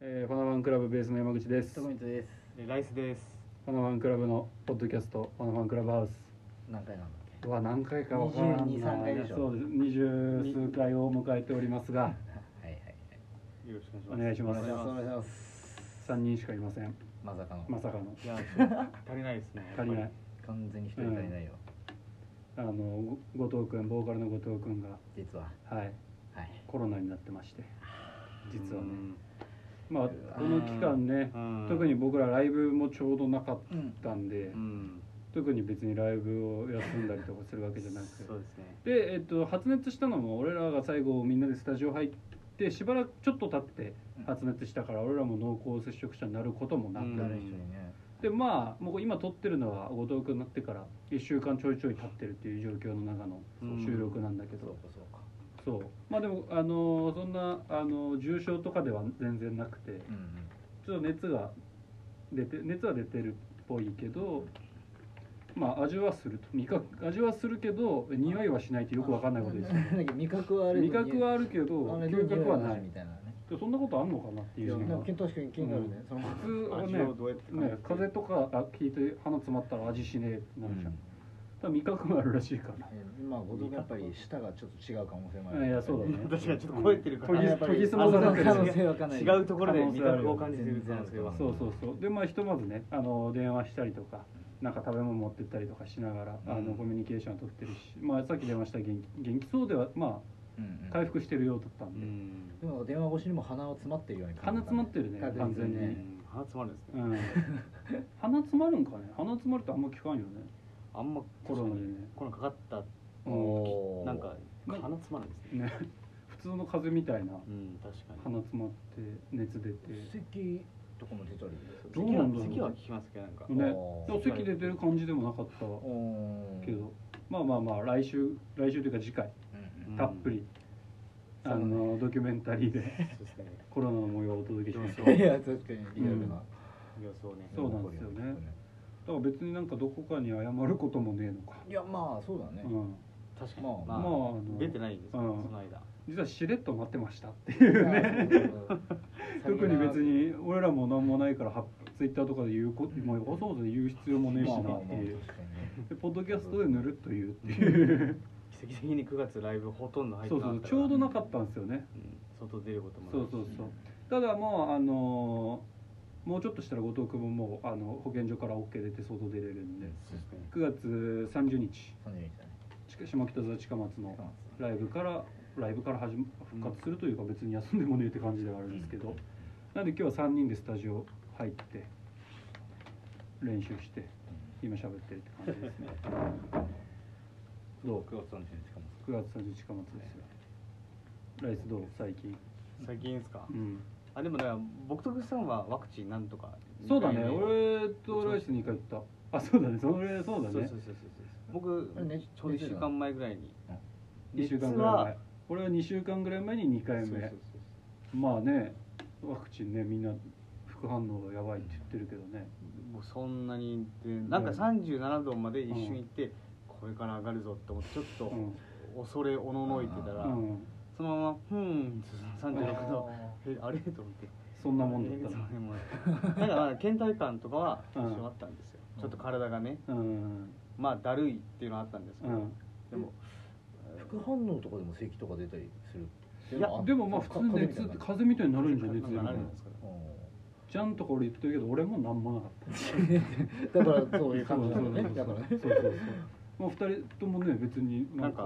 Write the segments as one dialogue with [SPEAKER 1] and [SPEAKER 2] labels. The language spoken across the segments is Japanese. [SPEAKER 1] えー、ファナワンクラブベースの山口です。
[SPEAKER 2] ト
[SPEAKER 1] フ
[SPEAKER 2] ミトです
[SPEAKER 3] えライスです
[SPEAKER 1] ァナワンクラブのポッドキャスト、ファナワンクラブハウス
[SPEAKER 2] 何回なんだっけ
[SPEAKER 1] は何回かわからんな。
[SPEAKER 2] 22 23回でしょ
[SPEAKER 1] そうです。二十数回を迎えておりますが、
[SPEAKER 2] はいはいはい
[SPEAKER 3] よろしく
[SPEAKER 1] お願いし
[SPEAKER 2] お
[SPEAKER 1] ま
[SPEAKER 2] 願いしますお
[SPEAKER 1] す。
[SPEAKER 2] 願いします
[SPEAKER 1] 三人しかいません。
[SPEAKER 2] まさかの、
[SPEAKER 1] まさかの
[SPEAKER 3] いやちょっと足りないですね
[SPEAKER 1] 足りない。
[SPEAKER 2] 完全に一人足りないよ、
[SPEAKER 1] あのご後藤君、ボーカルの後藤君が
[SPEAKER 2] 実は
[SPEAKER 1] はい
[SPEAKER 2] はい
[SPEAKER 1] コロナになってまして、実はね。ま
[SPEAKER 2] う
[SPEAKER 1] あ
[SPEAKER 2] ん
[SPEAKER 1] この期間ね、
[SPEAKER 3] うん
[SPEAKER 1] 特に僕らライブもちょうどなかっ
[SPEAKER 2] うん
[SPEAKER 1] たんで
[SPEAKER 3] う、ん
[SPEAKER 1] 特に別にライブを休んだりとかするわけじゃなくて
[SPEAKER 3] そうですね
[SPEAKER 1] で、えっと、発熱したのも俺らが最後みんなでスタジオ入ってしばらくちょっと経って発熱したから俺らも濃厚接触者になることもなく、
[SPEAKER 3] うん
[SPEAKER 2] 誰一人ね
[SPEAKER 1] でまあもう今撮ってるのは後藤君になってから1週間ちょいちょい経ってるっていう状況の中の
[SPEAKER 3] うん
[SPEAKER 1] 収録なんだけ
[SPEAKER 2] そう
[SPEAKER 1] ど、
[SPEAKER 2] かそうか
[SPEAKER 1] そうまあでもあのそんなあの重症とかでは全然なくて
[SPEAKER 2] うんうん
[SPEAKER 1] ちょっと熱が出て熱は出てるっぽいけど。まあ味はすると味覚味はするけど匂いはしないってよくわかんないことですよね
[SPEAKER 2] あなんだっけ 味覚はあれ
[SPEAKER 1] 味覚はあるけど
[SPEAKER 2] あれ
[SPEAKER 1] 嗅覚はな
[SPEAKER 2] 匂
[SPEAKER 1] い
[SPEAKER 2] の話みたいなね
[SPEAKER 1] でそんなことあんのかなって
[SPEAKER 2] い
[SPEAKER 1] いう
[SPEAKER 2] や
[SPEAKER 1] の
[SPEAKER 2] な
[SPEAKER 1] が
[SPEAKER 2] んか確かに気になるね、その
[SPEAKER 1] 普通はね
[SPEAKER 3] 味をどうやって
[SPEAKER 1] ね風邪とかあ聞いて鼻詰まったら味しねえってなるじゃん、多分味覚もあるらしいから
[SPEAKER 2] えーまあ後藤君やっぱり舌がちょっと違う可能性もあ
[SPEAKER 1] い
[SPEAKER 2] る
[SPEAKER 1] やそうだね
[SPEAKER 3] 確かにちょっと超えてるか
[SPEAKER 1] 研
[SPEAKER 3] ら
[SPEAKER 1] ぎ
[SPEAKER 2] やっぱり
[SPEAKER 1] 研ぎ澄まされてる
[SPEAKER 2] 可能性はかなり
[SPEAKER 3] 違うところで味覚を感じてる可能性は
[SPEAKER 2] うん
[SPEAKER 1] そうそうそうでまあひとまずねあの電話したりとかなんか食べ物持ってったりとかしながら、あの
[SPEAKER 3] うん
[SPEAKER 1] コミュニケーションは取ってるし、まあ、さっき電話した元気元気そうではま
[SPEAKER 2] うんうん
[SPEAKER 1] あ回復してるようだったん
[SPEAKER 3] う
[SPEAKER 1] で、
[SPEAKER 3] ん
[SPEAKER 2] でも電話越しにも鼻を詰まってるように
[SPEAKER 1] 鼻詰まってるね
[SPEAKER 2] 確実
[SPEAKER 1] 完全に
[SPEAKER 3] う
[SPEAKER 2] ね
[SPEAKER 3] ん鼻詰まるんです
[SPEAKER 1] う
[SPEAKER 3] ね
[SPEAKER 1] ん鼻詰まるんかね鼻詰まるとあんま聞かんよね
[SPEAKER 3] あんま
[SPEAKER 1] コロナでね
[SPEAKER 3] コロナかかった
[SPEAKER 2] おー
[SPEAKER 3] なんか鼻詰まるんですね
[SPEAKER 1] ね 普通の風邪みたいな
[SPEAKER 3] うん確かに
[SPEAKER 1] 鼻詰まって熱出て
[SPEAKER 2] 咳とかも出たり
[SPEAKER 1] どうなんだろう
[SPEAKER 3] 咳は聞きますけどなんか
[SPEAKER 1] ね
[SPEAKER 2] あ
[SPEAKER 1] で
[SPEAKER 2] ー
[SPEAKER 1] も席出てる感じでもなかった
[SPEAKER 2] うーん
[SPEAKER 1] けどまあまあまあ来週来週というか次回
[SPEAKER 2] うん
[SPEAKER 3] うん
[SPEAKER 1] たっぷり、
[SPEAKER 2] そう
[SPEAKER 1] あ
[SPEAKER 2] ね
[SPEAKER 1] のドキュメンタリー で
[SPEAKER 3] そう ですね
[SPEAKER 1] コロナの模様をお届けしましょう
[SPEAKER 2] う
[SPEAKER 1] だ
[SPEAKER 2] んい
[SPEAKER 1] か
[SPEAKER 2] や確かにリアルな
[SPEAKER 3] 様子をね
[SPEAKER 1] そうなんですよねら別になんかどこかに謝ることもねえのか、
[SPEAKER 2] いやまあそうだね
[SPEAKER 1] うん、
[SPEAKER 3] 確かに
[SPEAKER 2] まあ
[SPEAKER 3] ま
[SPEAKER 1] まああ
[SPEAKER 3] あ
[SPEAKER 1] の
[SPEAKER 3] 出てないんですよ
[SPEAKER 1] うん
[SPEAKER 3] その間
[SPEAKER 1] 実はしれっと待ってましたって
[SPEAKER 2] い
[SPEAKER 1] いう
[SPEAKER 2] やそうそう
[SPEAKER 1] 特に別に俺らも何もないからはツイッターとかで言うこ、
[SPEAKER 2] うん
[SPEAKER 1] まあわざわざ言う必要もねえし
[SPEAKER 2] まあま
[SPEAKER 1] な
[SPEAKER 2] あまあ
[SPEAKER 1] っ
[SPEAKER 2] 確
[SPEAKER 1] て
[SPEAKER 2] か
[SPEAKER 1] い
[SPEAKER 2] に
[SPEAKER 1] う
[SPEAKER 2] ね
[SPEAKER 1] でポッドキャストでぬるっと言うっていう
[SPEAKER 3] 奇跡的に9月ライブほとんど入っ
[SPEAKER 1] そ
[SPEAKER 3] て
[SPEAKER 1] うそ
[SPEAKER 3] なかっ
[SPEAKER 1] う
[SPEAKER 3] たから
[SPEAKER 1] ちょうどなかったんですよね
[SPEAKER 3] うん外出ることもない
[SPEAKER 1] そうそうそうただもうあのーもうちょっとしたら後藤君ももうあの保健所から OK 出て外出れるんで
[SPEAKER 3] そうですね
[SPEAKER 1] 9月30日
[SPEAKER 2] 30日だね
[SPEAKER 1] ち下北沢近松の
[SPEAKER 2] 9
[SPEAKER 1] ライブからライブから始ま復活するというか別に休んでもねえって感じではあるんですけどなんで今日は3人でスタジオ入って練習して今喋ってるって感じです ねどう
[SPEAKER 2] 月30日かも
[SPEAKER 1] 9月30日近松ですよライスどう最近
[SPEAKER 3] 最近ですか
[SPEAKER 1] うん
[SPEAKER 3] あでもだから僕とグさんはワクチンなんとか
[SPEAKER 1] そうだね
[SPEAKER 3] 二回目
[SPEAKER 1] 俺とライス2回行ったあそうだねそれそうだ
[SPEAKER 3] そうそう
[SPEAKER 1] ね
[SPEAKER 3] そうそう僕
[SPEAKER 2] あれね
[SPEAKER 3] ちょうど1週間前ぐらいに
[SPEAKER 1] 2週間ぐらい前俺は2週間ぐらい前に2回目
[SPEAKER 3] そうそう
[SPEAKER 1] まあねワクチンねみんな副反応がやばいって言ってるけどね
[SPEAKER 3] そうもうそんなにでなんか37度まで一瞬行って、これから上がるぞって思ってちょっと
[SPEAKER 1] うん
[SPEAKER 3] 恐れおののいてた
[SPEAKER 1] う
[SPEAKER 3] ら、
[SPEAKER 1] ん
[SPEAKER 3] そのまま「ふーん」36度えあれと思って
[SPEAKER 1] そんなもんだった
[SPEAKER 3] えー
[SPEAKER 1] な
[SPEAKER 3] そうでもないだから倦怠感とかは
[SPEAKER 1] う
[SPEAKER 3] 多
[SPEAKER 1] ん
[SPEAKER 3] 少あったんですよ、ちょっと体がね
[SPEAKER 1] うん
[SPEAKER 3] まあだるいっていうのはあったんですけ
[SPEAKER 1] う
[SPEAKER 3] ど、
[SPEAKER 1] ん
[SPEAKER 3] でも
[SPEAKER 2] 副反応とかでも咳とか出たりするってう
[SPEAKER 3] い
[SPEAKER 2] のは
[SPEAKER 3] や
[SPEAKER 2] る
[SPEAKER 1] でもまあ普通熱って風邪みたいになるんじゃね
[SPEAKER 3] なんかなるんですかね
[SPEAKER 2] う
[SPEAKER 1] ちゃんとか俺言ってるけど俺もなんもなかった
[SPEAKER 2] んだからそういう感じだよね
[SPEAKER 1] そう
[SPEAKER 2] だからね
[SPEAKER 1] そうそうそうまあ2人ともね別になん
[SPEAKER 3] なん
[SPEAKER 1] か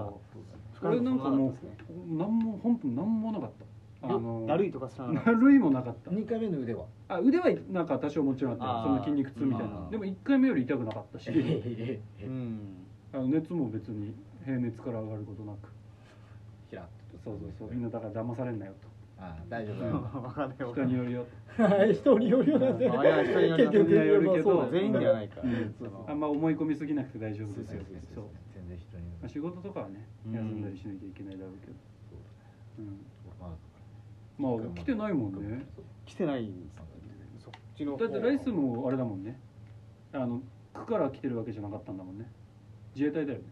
[SPEAKER 3] か
[SPEAKER 1] 俺なんかも
[SPEAKER 3] 不可能なかったですね
[SPEAKER 1] うなんも本当なんもなかったあの
[SPEAKER 3] だるいとかすらなかっ
[SPEAKER 1] だるいもなかった
[SPEAKER 2] 2回目の 腕は
[SPEAKER 1] あ腕はなんか多少もちろんあったよ
[SPEAKER 3] あー
[SPEAKER 1] その筋肉痛みたい
[SPEAKER 2] ま
[SPEAKER 1] な
[SPEAKER 2] あ
[SPEAKER 1] でも1回目より痛くなかったし
[SPEAKER 3] たうん
[SPEAKER 1] あの熱も別に平熱から上がることなく
[SPEAKER 2] ひらっ
[SPEAKER 1] そうそうそうみんなだから騙されんなよ
[SPEAKER 2] ああ大丈夫だよ
[SPEAKER 3] 分かんない
[SPEAKER 1] と
[SPEAKER 3] わ
[SPEAKER 1] 人
[SPEAKER 3] かん
[SPEAKER 1] に
[SPEAKER 3] ない
[SPEAKER 1] よるよ
[SPEAKER 2] はい人によるようなんで
[SPEAKER 3] まあいや人によります
[SPEAKER 2] 結局
[SPEAKER 1] 人によるけど
[SPEAKER 2] まあそうだ
[SPEAKER 3] 全員ではないから、
[SPEAKER 1] うん
[SPEAKER 3] その
[SPEAKER 1] あんま思い込みすぎなくて大丈夫
[SPEAKER 2] そう
[SPEAKER 1] ですよ
[SPEAKER 2] そう
[SPEAKER 1] そ
[SPEAKER 2] そうう全然人によ
[SPEAKER 1] まあ
[SPEAKER 2] る
[SPEAKER 1] 仕事とかはね
[SPEAKER 3] うん
[SPEAKER 1] 休んだりしなきゃいけないだろうけどうん
[SPEAKER 2] ま
[SPEAKER 1] まあ来てないもんね
[SPEAKER 3] 来てないんですよそっちの方
[SPEAKER 1] だってライスもあれだもんねあの区から来てるわけじゃなかったんだもんね自衛隊だよね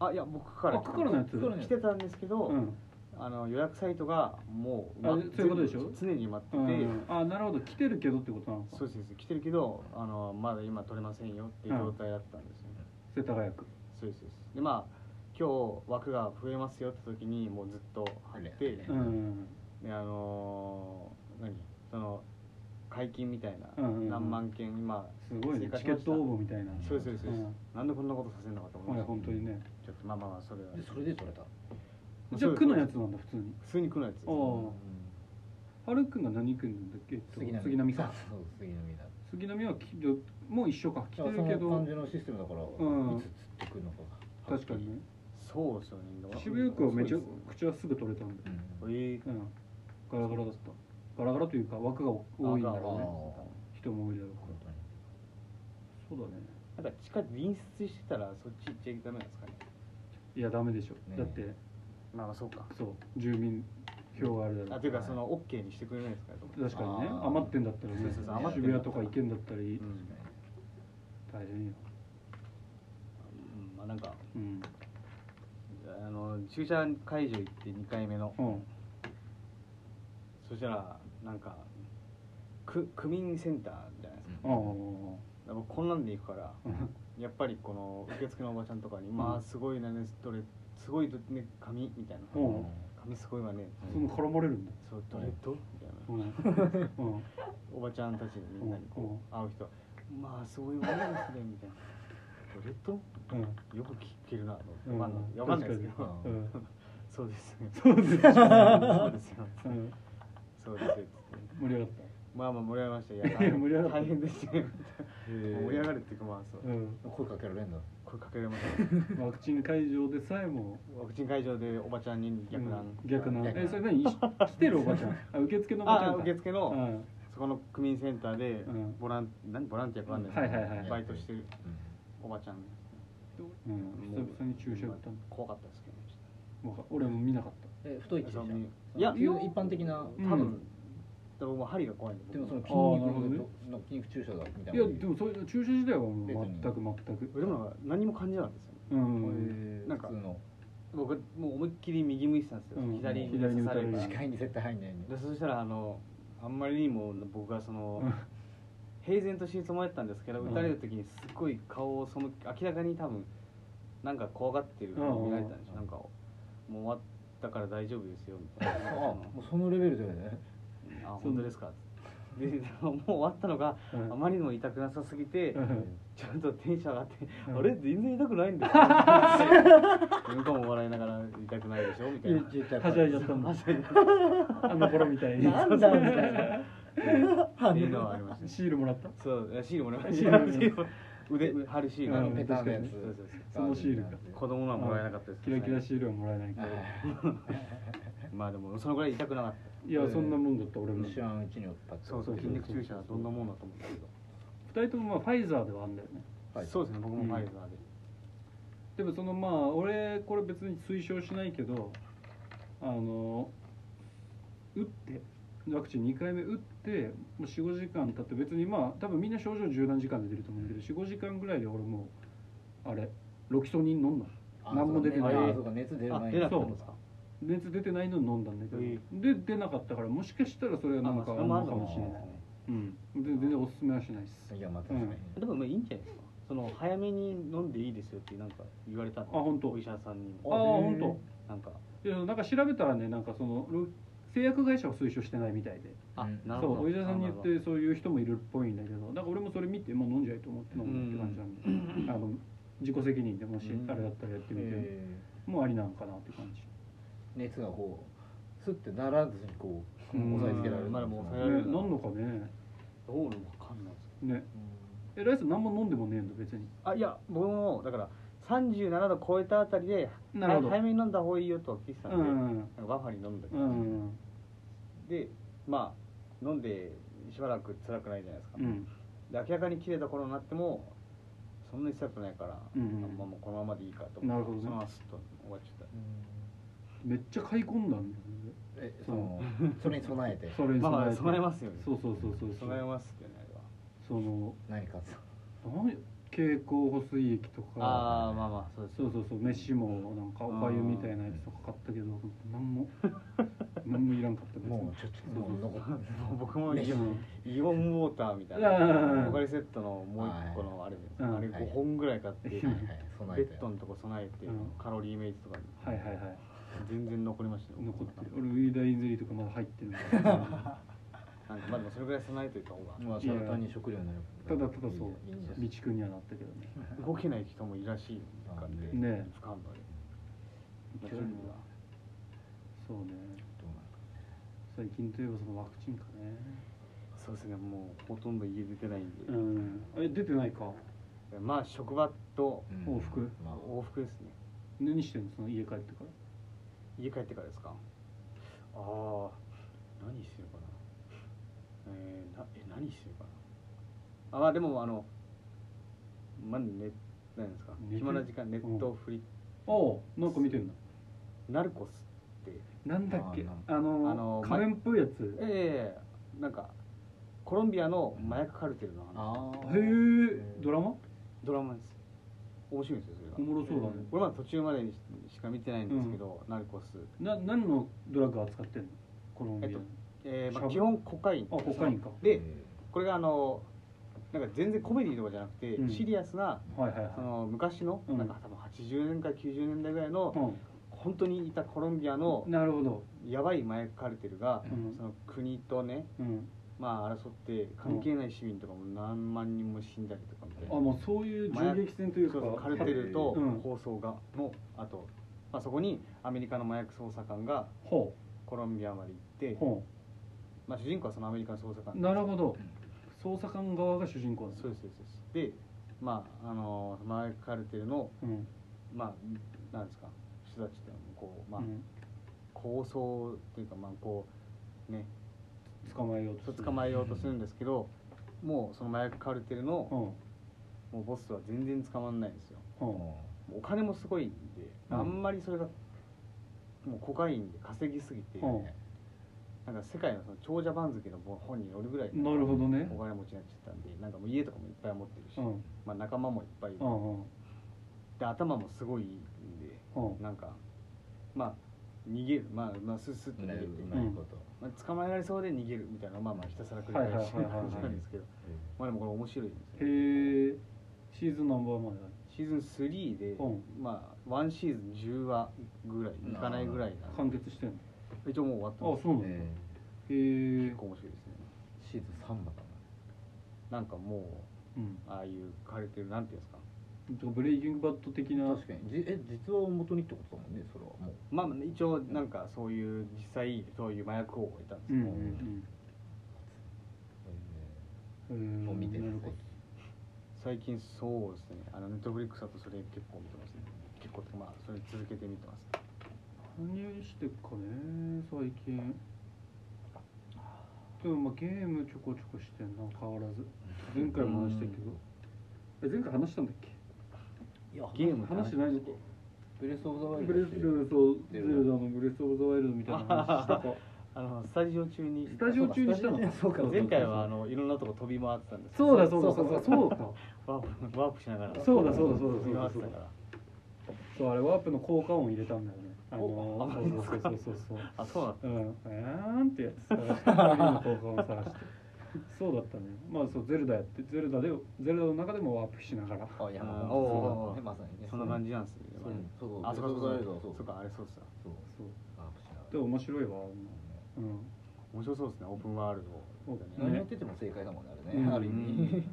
[SPEAKER 3] あいや僕から
[SPEAKER 1] あ区からのやつ
[SPEAKER 2] 区からのや
[SPEAKER 3] 来てたんですけど、
[SPEAKER 1] うん
[SPEAKER 3] あの予約サイトがもう
[SPEAKER 1] あ
[SPEAKER 3] ま
[SPEAKER 1] そういうことでしょ
[SPEAKER 3] 常に埋まってて、
[SPEAKER 1] うん、あなるほど来てるけどってことなのか
[SPEAKER 3] そうですそうです来てるけどあのまだ今取れませんよっていう状態だったんですよね、
[SPEAKER 1] 世田谷区
[SPEAKER 3] そうですそうですでまあ今日枠が増えますよって時にもうずっと入って、
[SPEAKER 1] うん
[SPEAKER 3] であのー何その解禁みたいな、
[SPEAKER 1] うんうんうん
[SPEAKER 3] 何万件今
[SPEAKER 1] すごいね
[SPEAKER 3] 追加
[SPEAKER 1] チ
[SPEAKER 3] し
[SPEAKER 1] ケ
[SPEAKER 3] ま
[SPEAKER 1] ッ
[SPEAKER 3] した
[SPEAKER 1] ト応募みたいな
[SPEAKER 3] そうですそうですそうです、
[SPEAKER 1] うん
[SPEAKER 3] なんでこんなことさせるのかと思
[SPEAKER 1] こ
[SPEAKER 3] いま
[SPEAKER 1] れ
[SPEAKER 3] した
[SPEAKER 1] 本当にね
[SPEAKER 3] ちょっとまあまあまあそれは
[SPEAKER 2] でそれで取れた
[SPEAKER 1] じゃあ区のやつなんだ普通に
[SPEAKER 3] 普通に来るやつですね
[SPEAKER 1] おうはるくんが何区なんだっけえっと杉並か
[SPEAKER 2] そう杉並だ
[SPEAKER 1] 杉並はきもう一緒か来
[SPEAKER 2] だ
[SPEAKER 1] て
[SPEAKER 2] からそ
[SPEAKER 1] るけ
[SPEAKER 2] の
[SPEAKER 1] ど
[SPEAKER 2] 感じのシステムだから、
[SPEAKER 1] ん
[SPEAKER 2] いつ釣ってくるのか
[SPEAKER 1] 確かにね
[SPEAKER 3] そうですよね
[SPEAKER 1] 渋谷区はめちゃ
[SPEAKER 3] そう
[SPEAKER 1] く
[SPEAKER 3] で
[SPEAKER 1] ちゃすぐ取れたんだよ
[SPEAKER 3] すねええ
[SPEAKER 1] うんガラガラだったガラガラというか枠が多いんだろうね
[SPEAKER 2] うね
[SPEAKER 1] 人も多いだろうから
[SPEAKER 2] 本当に
[SPEAKER 1] そうだね
[SPEAKER 3] なんか地下隣接してたらそっち行っちゃダメなんですかね
[SPEAKER 1] いやダメでしょ、
[SPEAKER 2] ね
[SPEAKER 1] だって
[SPEAKER 3] まあまあそうか
[SPEAKER 1] そう住民票があるだろ
[SPEAKER 3] あ
[SPEAKER 1] う
[SPEAKER 3] というかその OK にしてくれないですかね
[SPEAKER 1] 確かにね
[SPEAKER 2] あー
[SPEAKER 1] 余ってんだったらね
[SPEAKER 3] そうそうそう余ってん
[SPEAKER 1] 渋
[SPEAKER 3] だ
[SPEAKER 1] 谷
[SPEAKER 3] った
[SPEAKER 1] とか
[SPEAKER 3] ら
[SPEAKER 1] 行けんだったらいい、
[SPEAKER 3] うん、
[SPEAKER 1] 大変よ
[SPEAKER 3] うんまあなんか
[SPEAKER 1] うん
[SPEAKER 3] あの駐車会場行って2回目の
[SPEAKER 1] うん
[SPEAKER 3] そしたらなんか区区民センターじゃないですか
[SPEAKER 1] ああ
[SPEAKER 3] やっぱこんなんで行くから
[SPEAKER 1] うん
[SPEAKER 3] やっぱりこの受付のおばちゃんとかに「まあすごいなねどれすごいね髪」みたいな
[SPEAKER 1] うん
[SPEAKER 3] 「髪すごいわね
[SPEAKER 1] その絡まれるんだ」
[SPEAKER 3] そう「どれと?」みたいな
[SPEAKER 1] うん うん
[SPEAKER 3] おばちゃんたちみんなにこう会う人は「まあすごいわねですね」みたいな「どれと?」よく聞けるなと思って
[SPEAKER 1] うん
[SPEAKER 3] わかんないわかんないですけど
[SPEAKER 2] 確
[SPEAKER 1] う
[SPEAKER 2] か
[SPEAKER 1] んうん
[SPEAKER 3] そうですね
[SPEAKER 1] そうですよ
[SPEAKER 3] そうですよ
[SPEAKER 1] うん
[SPEAKER 3] そうですよ
[SPEAKER 1] 盛り上がっ
[SPEAKER 3] まあまあ盛り上がりましたい
[SPEAKER 1] い や盛り上がった
[SPEAKER 3] 大変でしたよ盛り上が
[SPEAKER 2] る
[SPEAKER 3] るっていうかまあそう
[SPEAKER 1] たうん
[SPEAKER 2] 声かけられんだ
[SPEAKER 3] 声かけられました
[SPEAKER 1] ワクチン会場でさえも
[SPEAKER 3] ワクチン会場でおばちゃんに逆
[SPEAKER 1] う
[SPEAKER 3] 難
[SPEAKER 1] ん逆な
[SPEAKER 2] 逆
[SPEAKER 1] えそれ何い来てるおば ちゃんあ受付のおばちゃ
[SPEAKER 3] あ
[SPEAKER 1] んか
[SPEAKER 3] 受付
[SPEAKER 1] う
[SPEAKER 3] の
[SPEAKER 1] ん
[SPEAKER 3] そこの区民センターで
[SPEAKER 1] うん
[SPEAKER 3] ボラン何ボランティアかわかんないですけど
[SPEAKER 1] はいはいはい
[SPEAKER 3] バイトしてるおばちゃん
[SPEAKER 1] うん久々に注射打ったの
[SPEAKER 3] 怖かったですけどねちょっと
[SPEAKER 1] わか俺も見なかった
[SPEAKER 2] え太い注射
[SPEAKER 3] いや
[SPEAKER 2] 普通一般的な
[SPEAKER 1] うん
[SPEAKER 3] 多分多分もう針が怖いんで
[SPEAKER 2] でもその筋
[SPEAKER 1] あーなるほどね
[SPEAKER 2] 肉の筋肉注射だみたいない
[SPEAKER 1] やでもそういう注射自体はもう全く全く
[SPEAKER 3] 僕でもなんか何も感じなかったですよね
[SPEAKER 1] うん
[SPEAKER 2] な
[SPEAKER 3] なんん
[SPEAKER 2] か
[SPEAKER 3] か
[SPEAKER 2] 普通の
[SPEAKER 3] 僕もう思いっきり右向いてたんですよ、
[SPEAKER 1] うん
[SPEAKER 3] 左に
[SPEAKER 1] 左に打
[SPEAKER 3] 刺さ
[SPEAKER 1] たれ
[SPEAKER 3] れる
[SPEAKER 1] る
[SPEAKER 3] から
[SPEAKER 2] 視界に絶対入んないね
[SPEAKER 3] でそしたらあのあんまりにも僕がその平然としてつもりだったんですけど
[SPEAKER 1] うん
[SPEAKER 3] 打たれる時にすっごい顔をその明らかに多分なんか怖がってるのを見られたんでしょ、
[SPEAKER 2] うん
[SPEAKER 3] なんかもう終わったから大丈夫ですよみたい
[SPEAKER 2] あ
[SPEAKER 3] な
[SPEAKER 2] もうそのレベルだよね
[SPEAKER 3] 「あ本当ですか」でもう終わったのが
[SPEAKER 1] う
[SPEAKER 3] あ
[SPEAKER 1] ん
[SPEAKER 3] まりにも痛くなさすぎて
[SPEAKER 1] うん
[SPEAKER 3] ちょっとテンション上がって「
[SPEAKER 1] うん
[SPEAKER 3] あれ全然痛くないん ですよ」向こうも笑いながら「痛くないでしょ」みたいな。
[SPEAKER 1] はしゃいじゃったんだ あの頃みたいに
[SPEAKER 2] なんだみたいな
[SPEAKER 3] っていうのはありましたね
[SPEAKER 1] シールもらった
[SPEAKER 3] そうえシールもらいま
[SPEAKER 1] シ
[SPEAKER 3] し
[SPEAKER 1] ールもらい
[SPEAKER 3] た腕貼るシール
[SPEAKER 1] あ
[SPEAKER 3] が
[SPEAKER 1] のペタンのやつ
[SPEAKER 3] そうそう
[SPEAKER 1] そのシールか
[SPEAKER 3] そう子供のはもらえなかったです
[SPEAKER 1] キラキラシールはもらえないけど
[SPEAKER 3] まあでもそのぐらい痛くなかっ
[SPEAKER 1] いやそんなもんだった俺も
[SPEAKER 2] 知らんうちにおったって
[SPEAKER 3] たそうそう筋肉注射はどんなもんだと思ったけど
[SPEAKER 1] 二人ともまあファイザーではあんだよね
[SPEAKER 2] はい
[SPEAKER 3] そうですね僕もファイザーで
[SPEAKER 1] でもそのまあ俺これ別に推奨しないけどあの打ってワクチン2回目打ってもう45時間経って別にまあ多分みんな症状十何時間で出ると思うんだけど45時間ぐらいで俺もうあれロキソニン飲んだ
[SPEAKER 2] あ
[SPEAKER 1] 何も出てない
[SPEAKER 2] そうかそうか熱出る
[SPEAKER 3] あ
[SPEAKER 2] 前
[SPEAKER 3] 出
[SPEAKER 2] に
[SPEAKER 3] なかったんですか
[SPEAKER 1] 熱出てないのに飲んだんだけど、
[SPEAKER 3] え
[SPEAKER 1] で出なかったからもしかしたらそれはなんかあるのかもしれない、うん、で全然おすすめはしないです
[SPEAKER 2] いやまたですね
[SPEAKER 3] でもまあいいんじゃないですかその早めに飲んでいいですよってなんか言われたんで
[SPEAKER 1] あ本当
[SPEAKER 3] お医者さんに
[SPEAKER 1] ああ
[SPEAKER 3] も
[SPEAKER 1] 本当
[SPEAKER 3] なんか
[SPEAKER 1] いやなんか調べたらねなんかそのロ製薬会社は推奨してないみたいで
[SPEAKER 3] あ
[SPEAKER 2] うん
[SPEAKER 3] なる
[SPEAKER 1] そ
[SPEAKER 3] ほど
[SPEAKER 1] うお医者さんに言ってそういう人もいるっぽいんだけどだから俺もそれ見てもう飲んじゃいと思って飲んだって感じなんで、あの自己責任でもし
[SPEAKER 3] うん
[SPEAKER 1] あれだったらやってみて、
[SPEAKER 2] え
[SPEAKER 1] もうありなのかなって感じ、
[SPEAKER 2] ー熱がこうスッてならずにこう
[SPEAKER 1] うん
[SPEAKER 2] 押さえつけられる
[SPEAKER 3] まだもう抑えら
[SPEAKER 1] ね
[SPEAKER 3] れる、
[SPEAKER 1] なんのかね
[SPEAKER 3] どうなのかわかんないです
[SPEAKER 1] ねえライス何も飲んでもねえんだ別に
[SPEAKER 3] あいや僕もだから37度超えたあたりで
[SPEAKER 1] なるほど
[SPEAKER 3] 早めに飲んだ方がいいよとは聞いてたん
[SPEAKER 1] う
[SPEAKER 3] で、
[SPEAKER 1] ん
[SPEAKER 3] なんかバファリン飲んだけ
[SPEAKER 1] う
[SPEAKER 3] ど、
[SPEAKER 1] ん
[SPEAKER 3] でまあ飲んでしばらく辛くないじゃないですか、
[SPEAKER 1] うん
[SPEAKER 3] で明らかに切れた頃になってもそんなに辛くないから、
[SPEAKER 1] うんうん
[SPEAKER 3] あまあもうこのままでいいかと思って
[SPEAKER 1] なるほどね
[SPEAKER 3] そのまますっと終わっちゃっ
[SPEAKER 1] めっちゃ買い込んだんだよね
[SPEAKER 2] えそのそれに備えて
[SPEAKER 1] それに
[SPEAKER 3] たま
[SPEAKER 1] 備え
[SPEAKER 3] あ
[SPEAKER 1] て
[SPEAKER 3] 備えますよね
[SPEAKER 1] そうそうそうそうそ
[SPEAKER 3] 備え
[SPEAKER 1] う
[SPEAKER 3] ますってねあれは
[SPEAKER 1] その
[SPEAKER 2] 何か
[SPEAKER 1] 何蛍光補水液とか
[SPEAKER 3] ああまあまあそうです
[SPEAKER 1] そうそうそう飯もなんかおかゆみたいなやつとか買ったけど何も何もいらんかったです
[SPEAKER 2] もうちょっともうなんか
[SPEAKER 3] もう 僕もイ
[SPEAKER 1] う
[SPEAKER 3] オン
[SPEAKER 1] ん
[SPEAKER 3] イオンウォーターみたいな
[SPEAKER 1] うん
[SPEAKER 3] ポカリセットのもう一個のあれ
[SPEAKER 1] うん
[SPEAKER 3] あれ5本ぐらい買って
[SPEAKER 2] はいはい備
[SPEAKER 3] ベ
[SPEAKER 2] えた
[SPEAKER 3] ッド
[SPEAKER 2] よ
[SPEAKER 3] のとこ備えて
[SPEAKER 1] うん
[SPEAKER 3] カロリーメイトとか
[SPEAKER 1] はいはいはい
[SPEAKER 3] 全然残りましたよ
[SPEAKER 1] 残ってる俺ウイダインゼリーとかまだ入ってるんだけど
[SPEAKER 3] なんかまあでもそれぐらい備えといた方が
[SPEAKER 2] まあただ単に食料になる
[SPEAKER 1] ただただそう
[SPEAKER 2] いいんじゃない
[SPEAKER 1] 備蓄にはなったけどね
[SPEAKER 3] 動けない人もいるらしいからね
[SPEAKER 1] ねえ
[SPEAKER 3] 不可能で
[SPEAKER 1] いけるんだそうね
[SPEAKER 2] どうなのか
[SPEAKER 1] 最近といえばそのワクチンかね
[SPEAKER 3] そうですねもうほとんど家出てないんで
[SPEAKER 1] うんえ出てないか
[SPEAKER 3] まあ職場と
[SPEAKER 2] うん
[SPEAKER 1] 往復
[SPEAKER 2] まあ
[SPEAKER 3] 往復ですね
[SPEAKER 1] 何してんのその家帰ってから
[SPEAKER 3] 家帰ってからですかああ何してるかなえー、なえ何してるかなああでもあのまあね何ですか
[SPEAKER 1] 寝てる
[SPEAKER 3] 暇な時間ネットフリ、
[SPEAKER 1] おうなんか見てんの
[SPEAKER 3] ナルコスって
[SPEAKER 1] なんだっけ
[SPEAKER 2] あ
[SPEAKER 1] あの
[SPEAKER 3] あの
[SPEAKER 1] 仮面っぽいやつ
[SPEAKER 3] ええなんかコロンビアの麻薬カルテルの話
[SPEAKER 2] ああ
[SPEAKER 1] へえドラマ
[SPEAKER 3] ドラマです面白いんですよそ
[SPEAKER 1] お
[SPEAKER 3] れが
[SPEAKER 1] もろそうだね
[SPEAKER 3] 俺まだ途中までにしか見てないんですけど、ナルコス
[SPEAKER 1] な何のドラッグ扱ってんのコロンビアの
[SPEAKER 3] えーま
[SPEAKER 1] シャ
[SPEAKER 3] あ、
[SPEAKER 1] ブ
[SPEAKER 3] 基本コカイン
[SPEAKER 1] あコカインか
[SPEAKER 3] でこれがあのなんか全然コメディとかじゃなくて、
[SPEAKER 1] うん
[SPEAKER 3] シリアスな
[SPEAKER 1] はいはい
[SPEAKER 3] そ
[SPEAKER 1] は
[SPEAKER 3] の昔の、
[SPEAKER 1] うん
[SPEAKER 3] なんか多分80年か90年代ぐらいの、
[SPEAKER 1] い
[SPEAKER 3] 本当にいたコロンビアの
[SPEAKER 1] うんなるほど
[SPEAKER 3] やばい麻薬カルテルが、
[SPEAKER 1] うん
[SPEAKER 3] その国とね、
[SPEAKER 1] うん
[SPEAKER 3] まあ、争って関係ない市民とかも何万人も死んだりとかみたい
[SPEAKER 1] あ
[SPEAKER 3] な、
[SPEAKER 1] もうそういう銃撃戦というか
[SPEAKER 3] そうそうカルテルと
[SPEAKER 1] うん
[SPEAKER 3] 放送がのあと、まあ、そこにアメリカの麻薬捜査官が
[SPEAKER 1] ほ
[SPEAKER 3] コロンビアまで行
[SPEAKER 1] う
[SPEAKER 3] って、
[SPEAKER 1] ほ
[SPEAKER 3] まあ、主人公はそのアメリカの捜査官
[SPEAKER 1] うなるほど捜査官側が主人公なんだ
[SPEAKER 3] そうですそうですそうですでまああの麻薬カルテルの
[SPEAKER 1] うん
[SPEAKER 3] まあなんですか人たちっていうのもこうまあ、
[SPEAKER 1] うん
[SPEAKER 3] 構想というかまあこうね
[SPEAKER 1] 捕まえようとする
[SPEAKER 3] 捕まえようとするんですけど、もうその麻薬カルテルの、
[SPEAKER 1] うん
[SPEAKER 3] もうボスは全然捕まんないんですよ
[SPEAKER 1] うん
[SPEAKER 3] お金もすごいんで、
[SPEAKER 1] うん
[SPEAKER 3] あんまりそれがもうコカインで稼ぎすぎて、
[SPEAKER 1] うん
[SPEAKER 3] なんか世界のその長者番付の本に載るぐらい
[SPEAKER 1] なるほどね
[SPEAKER 3] お金持ちになっちゃったんでなんかもう家とかもいっぱい持ってるし、
[SPEAKER 1] うん
[SPEAKER 3] まあ、仲間もいっぱいいる、
[SPEAKER 1] うんうん
[SPEAKER 3] で頭もすごいいいんで
[SPEAKER 1] うん
[SPEAKER 3] なんかまあ逃げるまあまあスッスッと
[SPEAKER 2] う
[SPEAKER 3] 逃
[SPEAKER 2] ま
[SPEAKER 3] げ
[SPEAKER 2] い
[SPEAKER 3] て、
[SPEAKER 2] うまいこと
[SPEAKER 3] まあ、捕まえられそうで逃げるみたいなまあまあひたすら繰り返して
[SPEAKER 1] はい
[SPEAKER 3] る
[SPEAKER 1] はいはいはい
[SPEAKER 3] 感じ なんですけどまあでもこれ面白いんですよね
[SPEAKER 1] へえシーズンナンバーまで
[SPEAKER 3] シーズン3で、
[SPEAKER 1] うん
[SPEAKER 3] まあ1シーズン10話ぐらいいかないぐらいな
[SPEAKER 1] 完結してん
[SPEAKER 3] 一応もう終
[SPEAKER 1] の
[SPEAKER 3] わった
[SPEAKER 1] あそうなんだへ
[SPEAKER 2] え
[SPEAKER 1] え
[SPEAKER 3] 結構面白いですね
[SPEAKER 2] ーシーズン三だか
[SPEAKER 3] なんかもう
[SPEAKER 1] うん
[SPEAKER 3] ああいう枯れてるなんていうんですか
[SPEAKER 1] ブレイキングバット的
[SPEAKER 2] な
[SPEAKER 1] な
[SPEAKER 2] 確かにじえ実話を元にってことだもんねそれはもう
[SPEAKER 3] まあ一応なんかそういう実際そういう麻薬王がいたんです
[SPEAKER 1] う
[SPEAKER 3] け
[SPEAKER 1] ん
[SPEAKER 3] ど、
[SPEAKER 1] うんうん
[SPEAKER 2] もう見てる
[SPEAKER 1] なるほど
[SPEAKER 3] 最近そうですねあのネットフリックスだとそれ結構見てますね結構ってかまあそれ続けて見てます
[SPEAKER 1] 何してっかね最近でもまあゲームちょこちょこしてんな変わらず前回も話したけどえ前回話したんだっけ
[SPEAKER 2] いや
[SPEAKER 3] ゲーム
[SPEAKER 1] 話してないのか
[SPEAKER 2] ブレスオブザワイル
[SPEAKER 1] ブ
[SPEAKER 2] ド
[SPEAKER 1] レ
[SPEAKER 2] って
[SPEAKER 1] ス
[SPEAKER 2] いう
[SPEAKER 1] そうゼルダのブレス・オブ・ザ・ワイルドみたいな話したか
[SPEAKER 3] あのスタジオ中に
[SPEAKER 1] スタジオ中にしたのか
[SPEAKER 2] そうか
[SPEAKER 3] 前回はあのいろんなとこ飛び回ってたんですけど
[SPEAKER 1] そうだそうだそうだそうだ
[SPEAKER 3] ワープワープしながら
[SPEAKER 1] そうだそうだそうだ
[SPEAKER 3] 飛び回ってたから
[SPEAKER 1] そうあれワープの効果音入れたんだよねあ
[SPEAKER 3] お
[SPEAKER 1] の
[SPEAKER 3] あ
[SPEAKER 1] ーそうそうそうそうそう
[SPEAKER 3] あそう
[SPEAKER 1] う
[SPEAKER 3] だ
[SPEAKER 1] んえーんってやつ探してああいうの効果音探してそうだったねまあそうゼルダやってゼルダでゼルダの中でもワープしながら
[SPEAKER 2] あいや
[SPEAKER 3] うん
[SPEAKER 2] も
[SPEAKER 3] おー
[SPEAKER 2] うねまさにね
[SPEAKER 3] そんな感じなんですね
[SPEAKER 2] そうそう
[SPEAKER 3] あそうか
[SPEAKER 2] ブレスオブザワイルドはそう
[SPEAKER 3] そうかそうかあれそうですよ
[SPEAKER 2] そう
[SPEAKER 1] そう
[SPEAKER 2] アップしながら
[SPEAKER 1] でも面白いわうん
[SPEAKER 3] 面白そうですねオープンワールドみたいな
[SPEAKER 1] ね
[SPEAKER 2] 何やっ
[SPEAKER 3] ね
[SPEAKER 2] てても正解だもんねあ
[SPEAKER 1] う
[SPEAKER 2] れ
[SPEAKER 1] ん
[SPEAKER 2] ねある意味
[SPEAKER 3] うん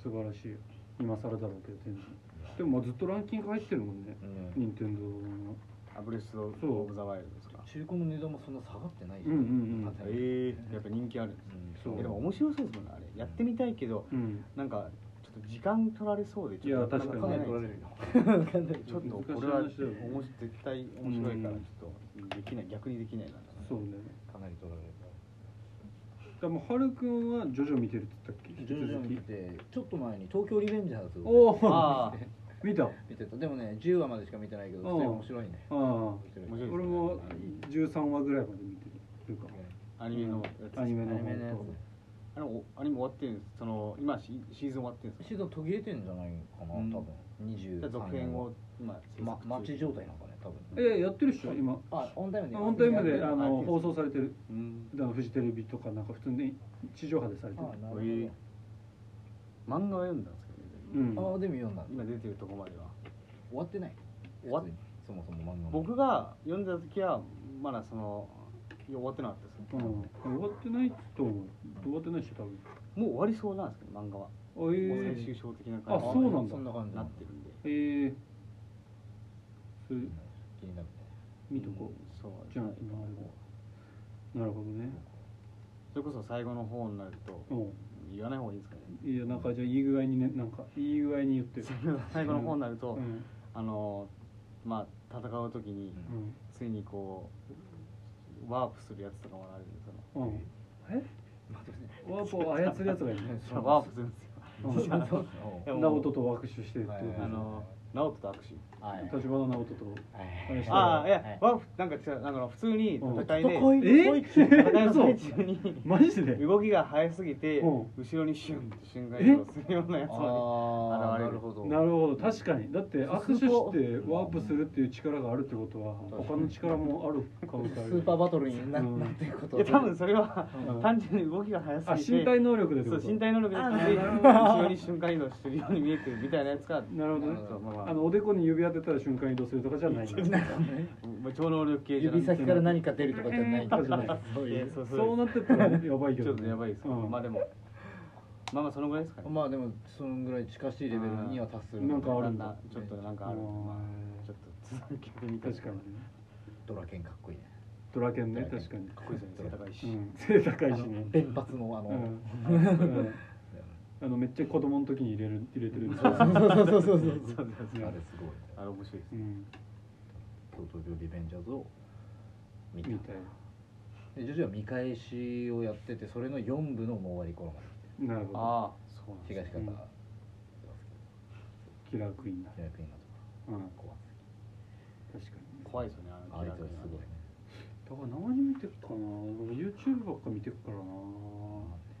[SPEAKER 1] 素晴らしいよ今更だろうけど全然でもまあずっとランキング入ってるもんね
[SPEAKER 2] うん
[SPEAKER 1] 任天堂の
[SPEAKER 3] あブレス・オブ・ザ・ワイルドですか
[SPEAKER 2] 中古の値段もそんな下がってない
[SPEAKER 1] うんうんうん
[SPEAKER 2] 硬い
[SPEAKER 3] ええやっぱ人気あるんですね
[SPEAKER 2] うん
[SPEAKER 1] そう
[SPEAKER 3] えでも面白そうですもんねあれやってみたいけど
[SPEAKER 1] うん
[SPEAKER 3] なんかちょっと時間取られそうでちょっと
[SPEAKER 1] いや確かに
[SPEAKER 3] な
[SPEAKER 1] ね
[SPEAKER 3] ん
[SPEAKER 2] 取られる
[SPEAKER 3] か
[SPEAKER 2] よわかんない
[SPEAKER 3] ちょっと
[SPEAKER 1] 難しい話
[SPEAKER 3] これはおも
[SPEAKER 1] だ
[SPEAKER 3] し
[SPEAKER 1] よね
[SPEAKER 3] 絶対面白いから
[SPEAKER 1] うん
[SPEAKER 3] ちょっとできない逆にできないな
[SPEAKER 1] そうね
[SPEAKER 2] かなり取られるか
[SPEAKER 1] で
[SPEAKER 2] ら
[SPEAKER 1] もハルくんはジョジョ見てるって言ったっけ
[SPEAKER 2] 徐々に見てちょっと前に「東京リベンジャーズ」
[SPEAKER 1] お
[SPEAKER 2] を
[SPEAKER 1] お
[SPEAKER 3] ああ
[SPEAKER 1] 見たあ
[SPEAKER 2] 見てたでもね10話までしか見てないけど
[SPEAKER 1] うん
[SPEAKER 2] 普通に面白いね
[SPEAKER 1] あ俺
[SPEAKER 3] 面白いですね
[SPEAKER 1] も13話ぐらいまで見てるというか
[SPEAKER 3] アニメのやつ
[SPEAKER 1] アニメ
[SPEAKER 2] ア
[SPEAKER 1] の
[SPEAKER 2] ニメのや
[SPEAKER 1] 本
[SPEAKER 3] あれもアニメ終わってるんですその今シシーズン終わってるんです
[SPEAKER 2] シーズン途切れてんじゃないかな、
[SPEAKER 3] うん
[SPEAKER 2] 多分二十
[SPEAKER 3] か続編を今
[SPEAKER 2] ま待ち
[SPEAKER 3] 中
[SPEAKER 2] 状態なんかね多分
[SPEAKER 1] えーやってるっしょ今
[SPEAKER 2] あオンタイムで
[SPEAKER 1] オンタイムで
[SPEAKER 2] あ
[SPEAKER 1] あ
[SPEAKER 2] なる
[SPEAKER 1] の放送されてる
[SPEAKER 3] うん
[SPEAKER 1] 普段フジテレビとかなんか普通に地上波でされてる
[SPEAKER 2] ほど、
[SPEAKER 3] え漫画は読んだんですけど、ね
[SPEAKER 1] うん
[SPEAKER 2] あでも読んだ
[SPEAKER 3] 今出てるとこまでは
[SPEAKER 2] 終わってない
[SPEAKER 3] 終わっ
[SPEAKER 2] 普通にそもそも漫画も
[SPEAKER 3] 僕が読んだ時はまだそのいや終わってなかったです
[SPEAKER 1] うん終わってないと思う終わってないっしょ多分
[SPEAKER 3] もう終わりそうなんですけど漫画は、
[SPEAKER 1] あえ
[SPEAKER 3] もう最
[SPEAKER 1] ー
[SPEAKER 3] 終章的な
[SPEAKER 1] あ
[SPEAKER 3] 感じ
[SPEAKER 1] そうなんだ
[SPEAKER 2] そんな感
[SPEAKER 3] に
[SPEAKER 2] じ
[SPEAKER 3] なってるんで
[SPEAKER 1] えーそれ
[SPEAKER 2] 気になるね
[SPEAKER 1] 見とこ
[SPEAKER 3] うんそう
[SPEAKER 1] じゃあ今あれもうなるほどね
[SPEAKER 3] それこそ最後の方になると
[SPEAKER 1] う
[SPEAKER 3] 言わない方がいいんですかね
[SPEAKER 1] んいやなんかじゃあいい具合にねなんかいい具合に言ってる
[SPEAKER 3] 最後の方になると、
[SPEAKER 1] うん
[SPEAKER 3] あのまあ戦う時についにこうワープするやつとかもあるんですよ
[SPEAKER 1] うんうんえ
[SPEAKER 2] 待ってね
[SPEAKER 1] ワープを操るやつがいる ね
[SPEAKER 3] そのワープするんですよ
[SPEAKER 1] うん
[SPEAKER 3] あのでも
[SPEAKER 1] 直人と握手してるってこ
[SPEAKER 2] はい
[SPEAKER 1] とでしょ
[SPEAKER 3] あの直人と握手
[SPEAKER 2] はいはい
[SPEAKER 1] 立花直人と
[SPEAKER 2] はい
[SPEAKER 3] ああいや、
[SPEAKER 2] はい
[SPEAKER 3] ワープなんか違うなんかの普通に戦いで、
[SPEAKER 2] うん
[SPEAKER 1] え
[SPEAKER 3] 戦いの
[SPEAKER 1] そう
[SPEAKER 3] 最 中に
[SPEAKER 1] マジで
[SPEAKER 3] 動きが速すぎて、
[SPEAKER 1] うん
[SPEAKER 3] 後ろにシュンって瞬間移動するようなやつま
[SPEAKER 2] あ
[SPEAKER 3] 現
[SPEAKER 2] あ
[SPEAKER 3] れ
[SPEAKER 2] な
[SPEAKER 3] る
[SPEAKER 2] るほど
[SPEAKER 1] なるほど確かにだって握手して
[SPEAKER 2] うん
[SPEAKER 1] ワープするっていう力があるってことは
[SPEAKER 2] 確かに
[SPEAKER 1] 他の力もある可能性ある
[SPEAKER 2] スーパーバトルにな,、
[SPEAKER 1] うん
[SPEAKER 2] なっていくこと
[SPEAKER 3] でいや多分それは
[SPEAKER 1] うん
[SPEAKER 3] 単純に動きが速
[SPEAKER 1] あ
[SPEAKER 3] すぎ
[SPEAKER 1] 身
[SPEAKER 3] て
[SPEAKER 1] 体能力でって
[SPEAKER 3] そ
[SPEAKER 1] こ
[SPEAKER 3] う
[SPEAKER 1] と
[SPEAKER 3] 身体能力で
[SPEAKER 2] あ
[SPEAKER 3] 気
[SPEAKER 2] ー
[SPEAKER 3] づいて後ろに瞬間移動してるように見えてるみたいなやつが
[SPEAKER 1] なるほどね
[SPEAKER 3] そうまあまあ
[SPEAKER 1] あのおでこに指当てたら瞬間移動するとかじゃないんだ
[SPEAKER 3] まあ超能力系じゃな
[SPEAKER 2] 指
[SPEAKER 3] くて
[SPEAKER 2] 先から何か出るとかじゃないんだ
[SPEAKER 1] うん
[SPEAKER 2] そういうそう
[SPEAKER 3] い
[SPEAKER 2] い
[SPEAKER 3] や
[SPEAKER 2] う
[SPEAKER 3] そうそう
[SPEAKER 1] そうなって たらやばいけ
[SPEAKER 3] ち
[SPEAKER 1] ど
[SPEAKER 3] ょっとやばいですけど、
[SPEAKER 1] うん
[SPEAKER 3] まあでもまあまあそのぐらいですかね
[SPEAKER 2] まあでもそのぐらい近しいレベルには達する
[SPEAKER 1] なんかあるん
[SPEAKER 3] だ
[SPEAKER 1] だ
[SPEAKER 3] んだんちょっとなんかあるんでまあちょっと続けてみたい
[SPEAKER 1] 確かにね
[SPEAKER 2] ドラケンかっこいいね
[SPEAKER 1] ドラケンね確かに
[SPEAKER 3] かっこいいですよね高いし、
[SPEAKER 1] うん背高いしね
[SPEAKER 2] 弁髪のあ
[SPEAKER 1] う
[SPEAKER 2] の、
[SPEAKER 1] んうんあのめっちゃ子供の時に入れる入れてるんですよ
[SPEAKER 2] そうそうそうそうそう
[SPEAKER 3] そうそうそ
[SPEAKER 2] あ
[SPEAKER 3] う
[SPEAKER 2] れすごいね
[SPEAKER 3] あれ面白いです
[SPEAKER 1] うん
[SPEAKER 2] 京都病リベンジャーズを見
[SPEAKER 1] み
[SPEAKER 2] た
[SPEAKER 1] たい
[SPEAKER 2] でジョジョは見返しをやっててそれの4部のもう終わり頃ま
[SPEAKER 1] ななるほど
[SPEAKER 3] ああそうなん
[SPEAKER 2] で
[SPEAKER 3] です
[SPEAKER 2] 東
[SPEAKER 1] う
[SPEAKER 2] 方、
[SPEAKER 1] ん
[SPEAKER 2] う
[SPEAKER 1] キラークイーンだ
[SPEAKER 2] 役員がと
[SPEAKER 1] うん
[SPEAKER 2] か怖い
[SPEAKER 1] 確かに
[SPEAKER 3] 怖いですよねあの
[SPEAKER 2] あいつはすごいね
[SPEAKER 1] だから何見てっかな俺 YouTube ばっか見てっからな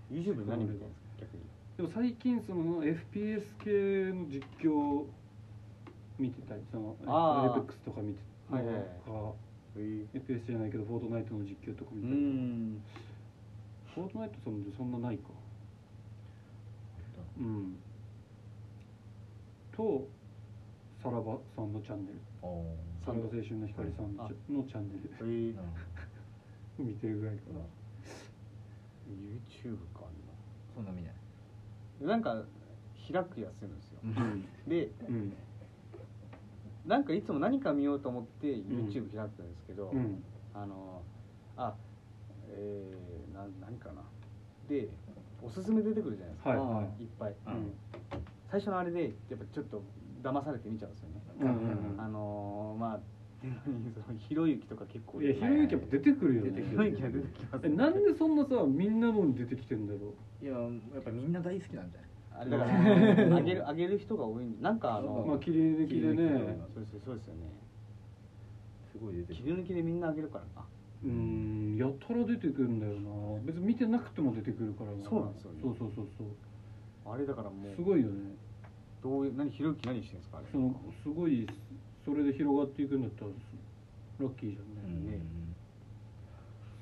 [SPEAKER 3] す YouTube で何見てるんですか逆に
[SPEAKER 1] でも最近その FPS 系の実況見てたりその
[SPEAKER 3] あー
[SPEAKER 1] APEX とか見て
[SPEAKER 3] はいはいはい
[SPEAKER 1] とか FPS じゃないけどフォートナイトの実況とか
[SPEAKER 3] う
[SPEAKER 1] 見て
[SPEAKER 3] ん
[SPEAKER 1] フォートナイトさんでそんなないかうんとさらばさんのチャンネル
[SPEAKER 2] あー
[SPEAKER 1] さらば青春の光さんのチャのチャンネル
[SPEAKER 3] YouTube
[SPEAKER 2] なるほど
[SPEAKER 1] 見てるぐらいかな
[SPEAKER 3] か
[SPEAKER 2] そんな見ない
[SPEAKER 3] 今なんか開くやつるんですよ
[SPEAKER 1] うん
[SPEAKER 3] で
[SPEAKER 1] うん
[SPEAKER 3] なんかいつも何か見ようと思って YouTube 開くんですけど、
[SPEAKER 1] うん
[SPEAKER 3] あのあえー、な何かなでおすすめ出てくるじゃないですか、
[SPEAKER 1] はいはい
[SPEAKER 3] っぱい、
[SPEAKER 1] うん
[SPEAKER 3] 最初のあれでやっぱちょっと騙されて見ちゃうんですよね、
[SPEAKER 1] うんうん
[SPEAKER 3] あのー、まあそのひろゆきとか結構
[SPEAKER 1] いやひろゆきやっぱ出てくるよね
[SPEAKER 2] 出て
[SPEAKER 3] ひ
[SPEAKER 2] く
[SPEAKER 3] ろ
[SPEAKER 2] る
[SPEAKER 3] ゆきが出てきます
[SPEAKER 1] えなんでそんなさみんなのに出てきてんだろ
[SPEAKER 2] いややっぱみんな大好きなんじゃない
[SPEAKER 3] あれだからあげるあげる人が多いんでなんかあの、
[SPEAKER 1] うまあ切り抜きでね
[SPEAKER 3] そうですそうですよね
[SPEAKER 2] すごい出て
[SPEAKER 3] 切
[SPEAKER 2] る
[SPEAKER 3] り抜きでみんなあげるからな
[SPEAKER 1] うーんやたら出てくるんだよな別に見てなくても出てくるから
[SPEAKER 3] そうなんですよね
[SPEAKER 1] そうそうそうそう
[SPEAKER 3] あれだからもう
[SPEAKER 1] すごいよね
[SPEAKER 3] どういう何ひろゆき何してるんですかあれ
[SPEAKER 1] そのすごいそれで広がっていくんだったらラッキーじゃんね、
[SPEAKER 3] ね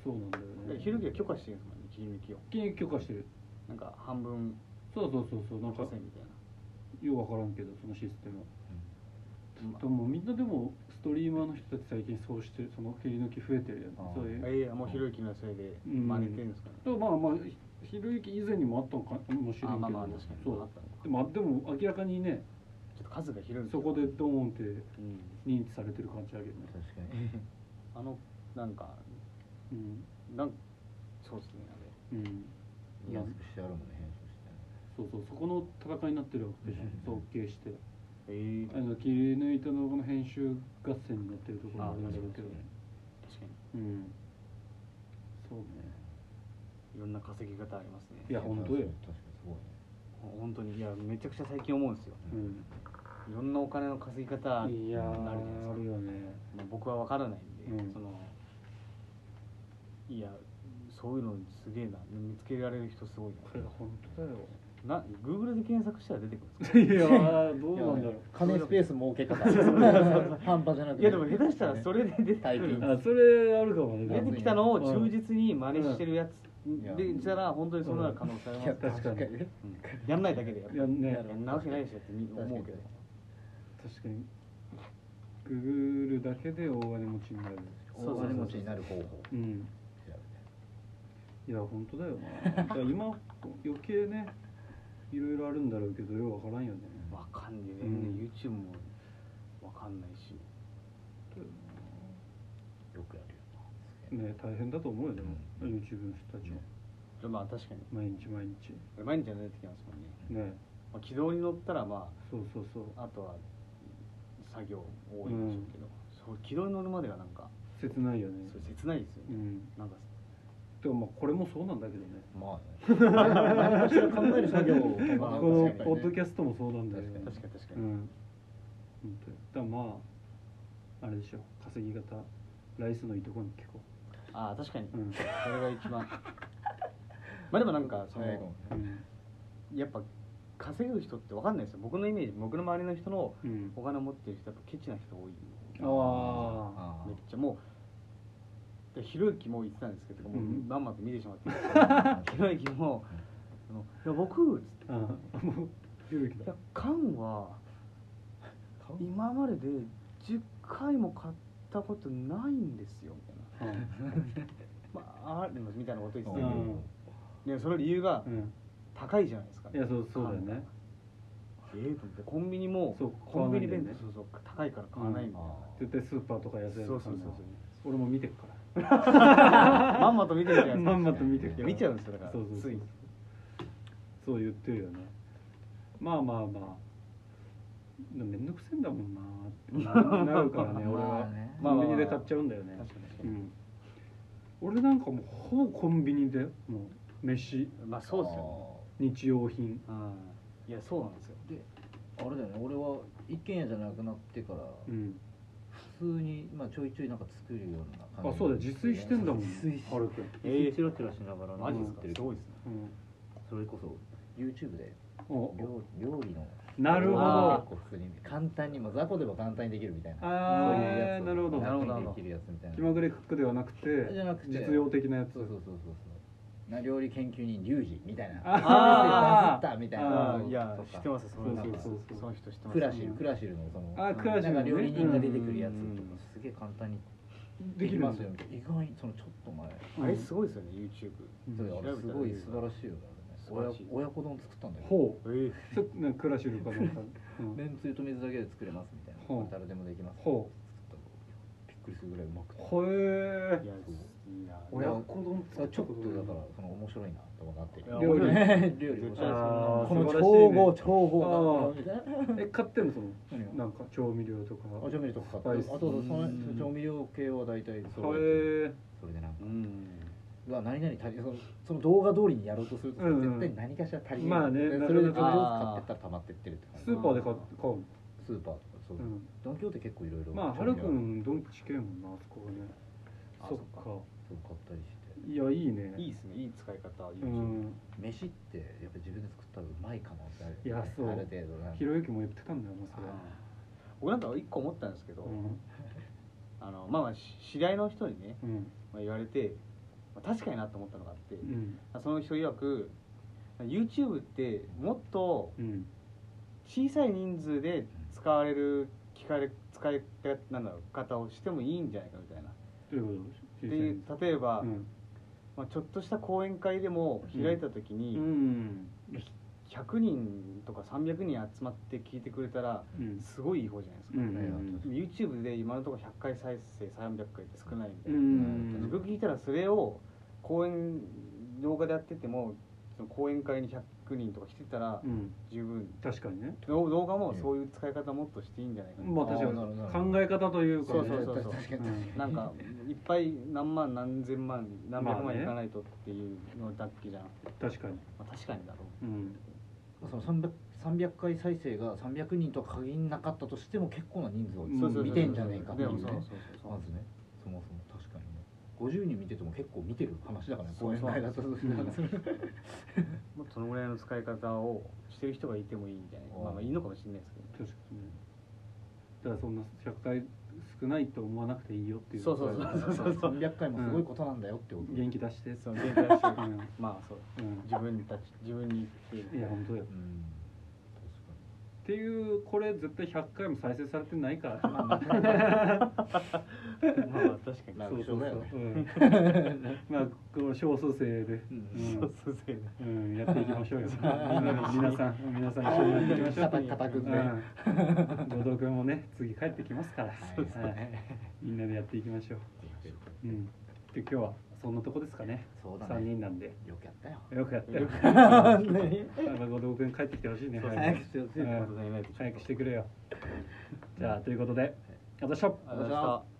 [SPEAKER 1] そうなんだよね
[SPEAKER 3] ひろゆきが許可してるんですもんね切り抜きを
[SPEAKER 1] 金許可してる
[SPEAKER 3] なんか半分
[SPEAKER 1] そうそうそうそうなんか
[SPEAKER 3] 稼いみたいな
[SPEAKER 1] ようわからんけどそのシステムは
[SPEAKER 3] うん
[SPEAKER 1] でもみんなでもストリーマーの人たち最近そうしてるその切り抜き増えてるよね
[SPEAKER 2] あー
[SPEAKER 1] そういう
[SPEAKER 3] ええもうひろゆきのせいで
[SPEAKER 1] うん
[SPEAKER 3] 真似てるんですかね、
[SPEAKER 1] でもまあまあひひろゆき以前にもあったのかもしれんけど
[SPEAKER 3] あまあまあ確かに
[SPEAKER 1] そう
[SPEAKER 3] あったのか
[SPEAKER 1] でもあでも明らかにね
[SPEAKER 3] ちょっと数が広いんす
[SPEAKER 1] そ
[SPEAKER 3] よ
[SPEAKER 1] こでドーンって
[SPEAKER 3] うん、
[SPEAKER 1] 認知されてる感じあるよね、
[SPEAKER 2] 確かに
[SPEAKER 3] あのなんか
[SPEAKER 1] うん
[SPEAKER 3] なんそうですねあれ
[SPEAKER 1] うん、
[SPEAKER 2] 見やすくしてあるもんね編集してね
[SPEAKER 1] そうそうそこの戦いになってるわけじゃん造形して
[SPEAKER 3] え
[SPEAKER 1] あの切り抜いた動画の編集合戦になってるところもあるんだろうけど
[SPEAKER 2] あ
[SPEAKER 1] ね
[SPEAKER 3] 確かに
[SPEAKER 1] うんそうね
[SPEAKER 3] いろんな稼ぎ方ありますね
[SPEAKER 1] いや本当よ
[SPEAKER 2] 確かにすごいね
[SPEAKER 3] 本当にいやめちゃくちゃ最近思うんですよ
[SPEAKER 1] うん
[SPEAKER 3] いろんなお金の稼ぎ方ある
[SPEAKER 1] い
[SPEAKER 3] じ
[SPEAKER 1] や
[SPEAKER 3] ゃ
[SPEAKER 1] ー
[SPEAKER 3] ないですか
[SPEAKER 1] あるよね
[SPEAKER 3] まあ、僕は分からないんで、
[SPEAKER 1] うん
[SPEAKER 3] そのいやそそういうのすげえな見つけられる人すごい
[SPEAKER 1] これが本当だよ
[SPEAKER 3] なな Google で検索したら出てくるんですか
[SPEAKER 1] いやーどうなんだろう
[SPEAKER 2] 金スペース儲け方半端じゃなくて
[SPEAKER 3] いやでも下手したらそれで出てく
[SPEAKER 2] タイピン
[SPEAKER 3] る
[SPEAKER 2] グ
[SPEAKER 1] あそれあるかもね
[SPEAKER 3] 出てきたのを忠実に真似してるやつで
[SPEAKER 2] うん
[SPEAKER 3] したら本当にそうなる可能性あります
[SPEAKER 2] いや
[SPEAKER 3] から
[SPEAKER 2] 確かに
[SPEAKER 1] 確
[SPEAKER 3] うんやんないだけでや
[SPEAKER 1] いや
[SPEAKER 3] る
[SPEAKER 1] ね
[SPEAKER 3] やんなわけないでしょってみ思うけど
[SPEAKER 1] 確かにグーグルだけで大金持ちになる
[SPEAKER 2] 大金持ちになる方法
[SPEAKER 1] うんいや本当だよなだから今余計ねいろいろあるんだろうけどようわからんよね
[SPEAKER 3] わかんねえ
[SPEAKER 1] う
[SPEAKER 3] ね
[SPEAKER 1] ん
[SPEAKER 3] YouTube もわかんないし
[SPEAKER 2] よくやるよ
[SPEAKER 1] ね大変だと思うよでも YouTube の人たちも
[SPEAKER 3] でもまあ確かに
[SPEAKER 1] 毎日毎日
[SPEAKER 3] 毎日は出てきますもんね、
[SPEAKER 1] ね
[SPEAKER 3] まあ、軌道に乗ったらま
[SPEAKER 1] そうそうそう
[SPEAKER 3] ああとは作業多いんでしょうけど、そう軌道に乗るまでがなんか
[SPEAKER 1] 切ないよね
[SPEAKER 3] それ切ないですよ
[SPEAKER 1] う
[SPEAKER 3] ね、
[SPEAKER 1] ん
[SPEAKER 3] なんか
[SPEAKER 1] でもまあこれもそうなんだけどね
[SPEAKER 2] まあね何かしら考える作業を
[SPEAKER 1] こ
[SPEAKER 3] まあ
[SPEAKER 1] の
[SPEAKER 3] 確かにね
[SPEAKER 1] ポッドキャストもそうなんだよ
[SPEAKER 2] 確か
[SPEAKER 3] 確かに確か
[SPEAKER 1] う
[SPEAKER 3] に、
[SPEAKER 1] ん本当よだからまああれでしょ稼ぎ方ライスのいいとこに聞こ
[SPEAKER 3] ああ確かに、
[SPEAKER 1] う、うん
[SPEAKER 3] それが一番まあでもなんかその、
[SPEAKER 2] 最後
[SPEAKER 1] うん
[SPEAKER 3] やっぱ稼ぐ人ってわかんないですよ僕のイメージ僕の周りの人の
[SPEAKER 1] うん、
[SPEAKER 3] お金持ってる人やっぱケチな人多い
[SPEAKER 1] ああ
[SPEAKER 2] あ
[SPEAKER 3] めっちゃもうでひろゆきも言ってたんですけど、もう
[SPEAKER 1] うん
[SPEAKER 3] まんまと見てしまって
[SPEAKER 2] あ
[SPEAKER 3] ひろゆきも「あのいや僕
[SPEAKER 1] あもうひろゆき
[SPEAKER 3] い
[SPEAKER 1] だ
[SPEAKER 3] や缶は今までで10回も買ったことないんですよ」みたいな
[SPEAKER 1] うん
[SPEAKER 3] 「まあ、あるの」みたいなこと言ってた
[SPEAKER 1] う
[SPEAKER 3] けど、
[SPEAKER 1] ん
[SPEAKER 3] でその理由が
[SPEAKER 1] うん
[SPEAKER 3] 高いじゃないですか、
[SPEAKER 1] いやそうそうだよね
[SPEAKER 3] ええと思ってコンビニも
[SPEAKER 1] そう
[SPEAKER 3] コンビニ弁
[SPEAKER 1] 買わないんだよね
[SPEAKER 3] 当、そうそう高いから買わないみたいな、
[SPEAKER 1] 絶対スーパーとか安いやつ
[SPEAKER 3] そうそうそうそう
[SPEAKER 1] 俺も見てるか
[SPEAKER 3] まんまと見てるじ
[SPEAKER 1] ら
[SPEAKER 3] ゃないですか
[SPEAKER 1] まんまと見てる
[SPEAKER 3] いや見ちゃうんですよだから
[SPEAKER 1] そうそうそ
[SPEAKER 3] ついう
[SPEAKER 1] そう言ってるよねまあまあまあでもめんどくせえんだもんなーってななるから ね俺はコ
[SPEAKER 3] まあまあまあ
[SPEAKER 1] ンビニで買っちゃうんだよね
[SPEAKER 3] 確かに確か
[SPEAKER 1] う
[SPEAKER 3] に、
[SPEAKER 1] ん俺なんかもうほぼコンビニでもう飯
[SPEAKER 3] まあそうですよね
[SPEAKER 1] 日用品
[SPEAKER 3] うんいやそうなんですよ
[SPEAKER 2] であれだよね俺は一軒家じゃなくなってから
[SPEAKER 1] うん
[SPEAKER 2] 普通にまあちょいちょいなんか作るような感
[SPEAKER 1] あ
[SPEAKER 2] じ
[SPEAKER 1] そうだよ自炊してんだもん
[SPEAKER 2] 自炊し
[SPEAKER 1] はるくん
[SPEAKER 3] えー
[SPEAKER 2] チラチラしながら
[SPEAKER 3] マジですか
[SPEAKER 2] 作ってる
[SPEAKER 3] すごいですね
[SPEAKER 1] うん
[SPEAKER 2] それこそ YouTube で
[SPEAKER 1] お
[SPEAKER 2] 料料理の
[SPEAKER 1] なるほ
[SPEAKER 3] あ
[SPEAKER 1] ど
[SPEAKER 2] 結構普通に簡単にまあ雑魚でも簡単にできるみたいな
[SPEAKER 1] あー
[SPEAKER 2] そういうやつを
[SPEAKER 1] なるほど
[SPEAKER 2] 簡単に
[SPEAKER 3] なるほど
[SPEAKER 2] できるやつみたいな
[SPEAKER 1] 気まぐれクックではなく
[SPEAKER 2] じ
[SPEAKER 1] て
[SPEAKER 2] ゃなくて
[SPEAKER 1] 実用的なやつ
[SPEAKER 2] そうそうそうそうそうな料理研究人リュウジみたいな
[SPEAKER 1] あー
[SPEAKER 2] バズったみたい
[SPEAKER 1] あ
[SPEAKER 2] な
[SPEAKER 1] ー
[SPEAKER 3] いや知って
[SPEAKER 2] とか
[SPEAKER 3] ますその人
[SPEAKER 1] そうそうそう
[SPEAKER 3] その人知ってます
[SPEAKER 2] クラシルクラシルのその
[SPEAKER 1] あクラシル
[SPEAKER 2] な
[SPEAKER 1] ね
[SPEAKER 2] んか料理人が出てくるやつ
[SPEAKER 3] うん
[SPEAKER 2] とかすげえ簡単に
[SPEAKER 1] で
[SPEAKER 2] で
[SPEAKER 1] き
[SPEAKER 2] き
[SPEAKER 1] る
[SPEAKER 2] ま
[SPEAKER 1] ん
[SPEAKER 2] す
[SPEAKER 1] だ
[SPEAKER 2] よ
[SPEAKER 1] よ
[SPEAKER 2] みたいな意外にそのちょっと前
[SPEAKER 3] あれすごいですよね YouTube
[SPEAKER 1] うん
[SPEAKER 2] それあれすごい素晴らしいよね
[SPEAKER 3] 素晴
[SPEAKER 2] 親
[SPEAKER 3] らしい
[SPEAKER 2] 親子丼作ったんだよ
[SPEAKER 1] ほう
[SPEAKER 3] え
[SPEAKER 1] そなんかクラシルかなんか、うん
[SPEAKER 2] めんつゆと水だけで作れますみたい
[SPEAKER 1] ほう
[SPEAKER 2] な誰でもできます
[SPEAKER 1] ほ
[SPEAKER 2] 作ったびっくりするぐらいうまくて
[SPEAKER 1] ほえ
[SPEAKER 3] いや
[SPEAKER 2] そう
[SPEAKER 3] いいな
[SPEAKER 1] 親子丼
[SPEAKER 2] だからちょっと
[SPEAKER 1] こ
[SPEAKER 2] だからその面白いなと分かって
[SPEAKER 3] い
[SPEAKER 2] る
[SPEAKER 3] や
[SPEAKER 1] 料理
[SPEAKER 3] 面白
[SPEAKER 2] 料
[SPEAKER 3] い
[SPEAKER 2] 理面
[SPEAKER 1] あ
[SPEAKER 2] 白い
[SPEAKER 1] ー
[SPEAKER 2] この
[SPEAKER 1] 素
[SPEAKER 2] 調
[SPEAKER 1] 晴ら
[SPEAKER 2] 合調合だみたいな
[SPEAKER 1] しいねえ買ってんのそ
[SPEAKER 2] 何
[SPEAKER 1] のなんか調味料とか
[SPEAKER 2] あ調味料とか買って
[SPEAKER 1] スパイス
[SPEAKER 2] あとその調味料系は大体そ
[SPEAKER 1] ほ
[SPEAKER 2] れ
[SPEAKER 1] え
[SPEAKER 2] それでなんか
[SPEAKER 3] うん
[SPEAKER 2] うわ何々足りそのその動画通りにやろうとすると
[SPEAKER 1] うんうん
[SPEAKER 2] 絶対何かしら足りない
[SPEAKER 1] まあね
[SPEAKER 2] で
[SPEAKER 1] な
[SPEAKER 2] そ
[SPEAKER 1] か
[SPEAKER 2] れで
[SPEAKER 1] な
[SPEAKER 2] ちょっとずつ
[SPEAKER 1] か
[SPEAKER 2] 買ってったら溜まってってるって感じ
[SPEAKER 1] スーパーで買う買うの
[SPEAKER 2] スーパーとかそう
[SPEAKER 1] うん
[SPEAKER 2] ドン・キホーテ結構いろいろ
[SPEAKER 1] まあはるくんドンキ近いもんなあそこはね
[SPEAKER 3] あ
[SPEAKER 1] そっ
[SPEAKER 3] そ
[SPEAKER 1] か
[SPEAKER 3] っ
[SPEAKER 2] そう買ったりして
[SPEAKER 1] いやいいね
[SPEAKER 3] いいですねいい使い方
[SPEAKER 1] う
[SPEAKER 3] YouTube
[SPEAKER 1] ん
[SPEAKER 2] 飯ってやっぱ自分で作ったらうまいかもってある
[SPEAKER 1] いやそう
[SPEAKER 2] ある程度なんか
[SPEAKER 1] ひろゆきも言ってたんだよなそれ
[SPEAKER 3] あー僕なんか一個思ったんですけど
[SPEAKER 1] うん
[SPEAKER 3] あのまあまあし知り合いの人にね
[SPEAKER 1] うん
[SPEAKER 3] まあ言われてまあ確かになと思ったのがあって
[SPEAKER 1] うん
[SPEAKER 3] その人曰く YouTube ってもっと
[SPEAKER 1] うん
[SPEAKER 3] 小さい人数で使われる聞かれ使い方なんだろう方をしてもいいんじゃないかみたいな。
[SPEAKER 1] どういうこと
[SPEAKER 3] で例えば、
[SPEAKER 1] うん
[SPEAKER 3] まあ、ちょっとした講演会でも開いた時
[SPEAKER 1] う
[SPEAKER 3] に
[SPEAKER 1] ん
[SPEAKER 3] 100人とか300人集まって聞いてくれたら
[SPEAKER 1] うん
[SPEAKER 3] すごいいい方じゃないですか
[SPEAKER 1] う、ん
[SPEAKER 3] YouTube で今のところ100回再生300回って少ないみた
[SPEAKER 1] う
[SPEAKER 3] いな、
[SPEAKER 1] ん
[SPEAKER 3] 僕聞いたらそれを講演動画でやっててもその講演会に100人とか来てたら
[SPEAKER 1] うん
[SPEAKER 3] 十分
[SPEAKER 1] 確かにね
[SPEAKER 3] 動動画もそういう使い方もっとしていいんじゃないかな、
[SPEAKER 1] まあ確かに
[SPEAKER 2] あーなるほどなるほど
[SPEAKER 1] 考え方というかね
[SPEAKER 3] そうそうそうそう
[SPEAKER 2] 確かに確かに
[SPEAKER 1] うん
[SPEAKER 3] なんかいっぱい何万何千万何百万いかないとっていうのだけじゃなくて、
[SPEAKER 1] 確かに
[SPEAKER 3] まあ、確かにだろう
[SPEAKER 1] うん
[SPEAKER 2] その 300, 300回再生が300人とは限んなかったとしても結構な人数
[SPEAKER 1] そ
[SPEAKER 2] を
[SPEAKER 1] うそうそう
[SPEAKER 2] 見てんじゃねえかっていう
[SPEAKER 3] でもそう
[SPEAKER 2] ね
[SPEAKER 3] そうそう
[SPEAKER 2] まずねそもそも確かにね50人見てても結構見てる話だからね
[SPEAKER 3] そ
[SPEAKER 2] 公
[SPEAKER 3] う
[SPEAKER 2] 演
[SPEAKER 3] そう
[SPEAKER 2] 前だとそう
[SPEAKER 3] もっとそのぐらいの使い方をしてる人がいてもいいみたいな
[SPEAKER 2] うん
[SPEAKER 3] まあまあいいのかもしれないですけ
[SPEAKER 1] 確
[SPEAKER 3] ど
[SPEAKER 1] かにねだからそんな100回少ないと思わなくていいよっていう
[SPEAKER 3] そうそうそうそうそう
[SPEAKER 2] 300回もすごいことなんだよってこと
[SPEAKER 1] 元気出して
[SPEAKER 3] その全体主義
[SPEAKER 1] うん
[SPEAKER 3] まあそう
[SPEAKER 1] うん
[SPEAKER 3] 自分たち自分に言って
[SPEAKER 1] いや本当よ
[SPEAKER 2] うん
[SPEAKER 1] っていうこれ絶対100回も再生されてないから
[SPEAKER 2] 確かにまあまあ
[SPEAKER 3] まあまあ確かに
[SPEAKER 2] まあ楽勝だよね
[SPEAKER 1] そうそうそううんまあこの少数生で、
[SPEAKER 2] うん
[SPEAKER 3] そうそうそう
[SPEAKER 1] うん、やっていきましょうよみんな皆さん皆さん一緒にやっていきましょう
[SPEAKER 2] 肩肩組んで
[SPEAKER 1] うん、後藤君もね次帰ってきますから、
[SPEAKER 2] そう ですね
[SPEAKER 1] みんなでやっていきましょう、うん、で今日はそんなとこですかね
[SPEAKER 2] そうだ
[SPEAKER 1] 3人
[SPEAKER 2] ね
[SPEAKER 1] なんで
[SPEAKER 2] よくやったよ
[SPEAKER 1] よくやったよ
[SPEAKER 3] よ
[SPEAKER 1] あ
[SPEAKER 3] ね
[SPEAKER 1] の後藤君帰ってきてほしいね
[SPEAKER 3] そう
[SPEAKER 1] 早
[SPEAKER 2] 早
[SPEAKER 1] く
[SPEAKER 2] くしてほしい
[SPEAKER 1] うん
[SPEAKER 3] 大人になるとちょっと
[SPEAKER 1] 早くしてくれよじゃあということで私は
[SPEAKER 3] ありがとうございました